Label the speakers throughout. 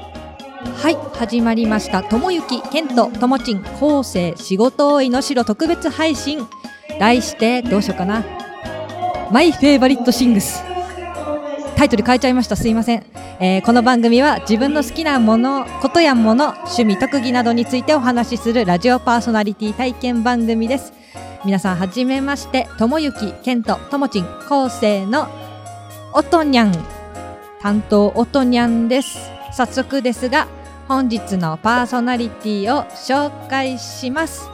Speaker 1: はい始まりました「ともゆきけんとともちん後世仕事追いの城」特別配信題してどうしようかな「マイ・フェイバリット・シングス」タイトル変えちゃいましたすいません、えーこの番組は自分の好きなものことやもの趣味特技などについてお話しするラジオパーソナリティ体験番組です皆さんはじめましてともゆきけんとともちん後世のおとにゃん担当おとにゃんです早速ですが本日のパーソナリティを紹介します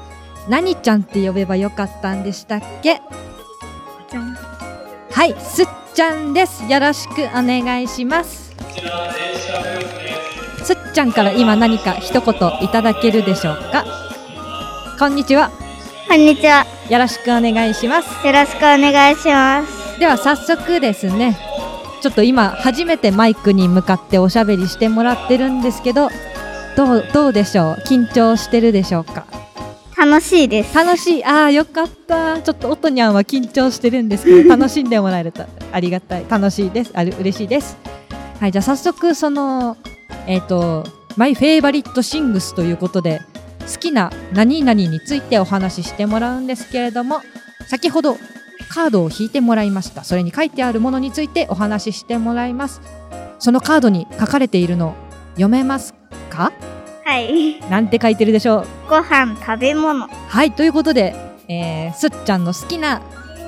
Speaker 1: 何ちゃんって呼べばよかったんでしたっけはいすっちゃんですよろしくお願いしますすっちゃんから今何か一言いただけるでしょうかこんにちは
Speaker 2: こんにちは。
Speaker 1: よろしくお願いします
Speaker 2: よろしくお願いします。
Speaker 1: では早速ですねちょっと今初めてマイクに向かっておしゃべりしてもらってるんですけどどうどうでしょう緊張してるでしょうか
Speaker 2: 楽しいです。
Speaker 1: 楽しいああよかったちょっとおとにゃんは緊張してるんですけど楽しんでもらえるとありがたい楽しいですあれ嬉しいですはいじゃあ早速そのえっ、とマイフェイバリットシングスということで好きな何々についてお話ししてもらうんですけれども先ほどカードを引いてもらいましたそれに書いてあるものについてお話ししてもらいますそのカードに書かれているの読めますか
Speaker 2: はい。
Speaker 1: なんて書いてるでしょう
Speaker 2: ご飯、食べ物。
Speaker 1: はい、ということで、えーすっちゃんの好きな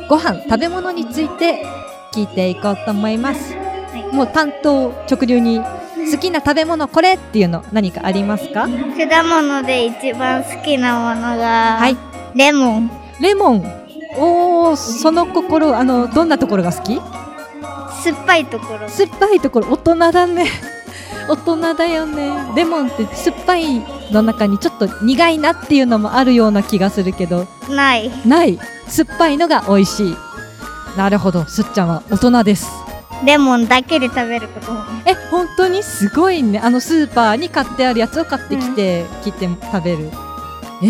Speaker 1: ご飯、食べ物について聞いていこうと思います。
Speaker 2: はい
Speaker 1: もう担当直入に好きな食べ物これっていうの何かありますか？
Speaker 2: 果物で一番好きなものが、
Speaker 1: はい、
Speaker 2: レモン。
Speaker 1: レモン。おお、その心あのどんなところが好き？
Speaker 2: 酸っぱいところ。
Speaker 1: 酸っぱいところ大人だね。 大人だよね。レモンって酸っぱいの中にちょっと苦いなっていうのもあるような気がするけど、
Speaker 2: ない。
Speaker 1: ない酸っぱいのが美味しいなるほどすっちゃんは大人です
Speaker 2: レモンだけで食べることも。
Speaker 1: え本当にすごいねあのスーパーに買ってあるやつを買ってきて、切って食べるえ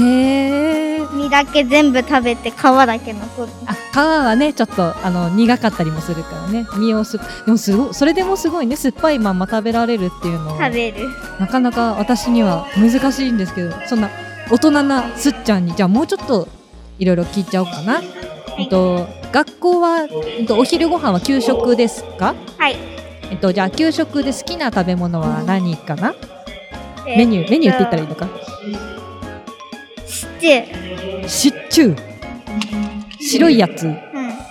Speaker 1: ー、
Speaker 2: 身だけ全部食べて皮だけ残る。
Speaker 1: あ皮はねちょっとあの苦かったりもするからね身をすでもすごいそれでもすごいね酸っぱいまんま食べられるっていうのは
Speaker 2: 食べる。
Speaker 1: なかなか私には難しいんですけどそんな大人なすっちゃんにじゃあもうちょっといろいろ聞いちゃおうかな、えっと、学校は、えっと、お昼ご飯は給食ですか、
Speaker 2: はい。
Speaker 1: えっと、じゃあ給食で好きな食べ物は何かな、
Speaker 2: え
Speaker 1: メニューメニューって言ったらいいのか
Speaker 2: シチュー。
Speaker 1: シチュー白いやつ
Speaker 2: うん。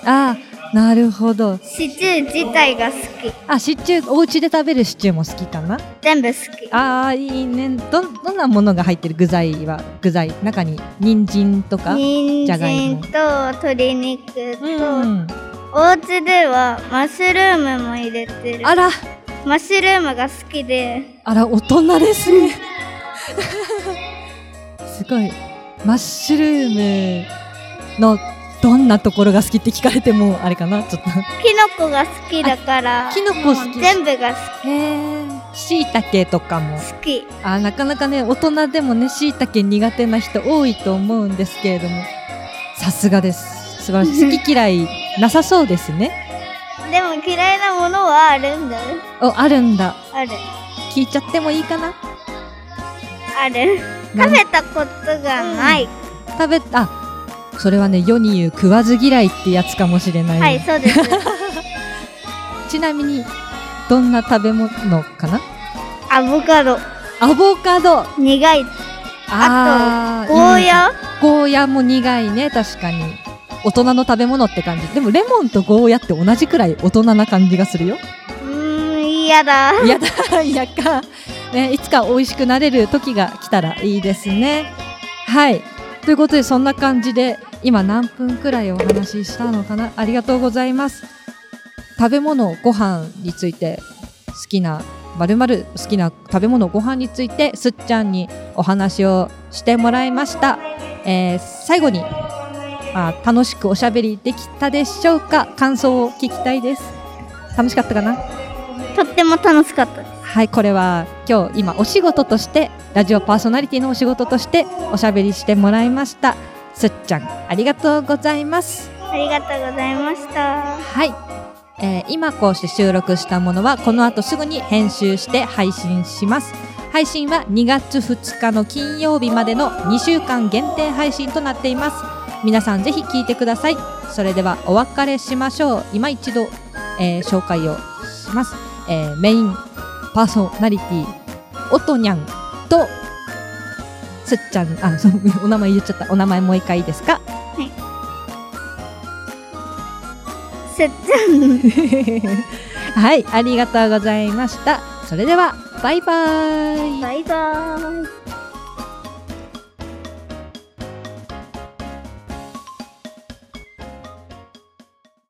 Speaker 1: ああなるほど
Speaker 2: シチュー自体が好き。
Speaker 1: あシチューお家で食べるシチューも好きかな
Speaker 2: 全部好き。
Speaker 1: ああいいねどんどんなものが入ってる具材は具材中に人参とか
Speaker 2: 人
Speaker 1: じゃがいも
Speaker 2: 参と鶏肉と、
Speaker 1: うん
Speaker 2: お家ではマッシュルームも入れてる
Speaker 1: あら
Speaker 2: マッシュルームが好きで
Speaker 1: あら、大人ですね。 すごい。マッシュルームのどんなところが好きって聞かれても、あれかなちょっと。
Speaker 2: キノコが好きだから
Speaker 1: あキノコ好き
Speaker 2: もう全部が好
Speaker 1: へえ。しいたけとかも。
Speaker 2: き好き
Speaker 1: あ、なかなかね、大人でもね、しいたけ苦手な人多いと思うんですけれども。さすがです。素晴らしい。好き嫌いなさそうですね。
Speaker 2: でも嫌いなものはあるんだよ
Speaker 1: お、あるんだ。
Speaker 2: ある
Speaker 1: 聞いちゃってもいいかな
Speaker 2: ある食べたことがない、
Speaker 1: 食べ、あ、それはね、世に言う食わず嫌いってやつかもしれない。
Speaker 2: はいそうです
Speaker 1: ちなみにどんな食べ物かな
Speaker 2: アボカド
Speaker 1: アボカド
Speaker 2: 苦い
Speaker 1: あー
Speaker 2: ゴーヤ
Speaker 1: いいゴーヤも苦いね確かに大人の食べ物って感じでもレモンとゴーヤって同じくらい大人な感じがするよ
Speaker 2: うーん嫌だ
Speaker 1: 嫌 だ嫌か、ね、いつか美味しくなれる時が来たらいいですねはいということでそんな感じで今何分くらいお話ししたのかなありがとうございます食べ物ご飯について好きなまるまる好きな食べ物ご飯についてすっちゃんにお話をしてもらいました、えー最後に、まあ、楽しくおしゃべりできたでしょうか感想を聞きたいです楽しかったかな
Speaker 2: とっても楽しかったです
Speaker 1: はい、これは今日今お仕事としてラジオパーソナリティのお仕事としておしゃべりしてもらいました。すっちゃん、ありがとうございます。
Speaker 2: ありがとうございました
Speaker 1: はい、えー今こうして収録したものはこの後すぐに編集して配信します。配信は2月2日の金曜日までの2週間限定配信となっています皆さんぜひ聞いてくださいそれではお別れしましょう今一度、えー紹介をします、えーメインパーソナリティおとにゃんとすっちゃんあそうお名前言っちゃったお名前もう一回いいですか
Speaker 2: せっちゃん。
Speaker 1: はいありがとうございましたそれではバイバイ
Speaker 2: バイバーイ。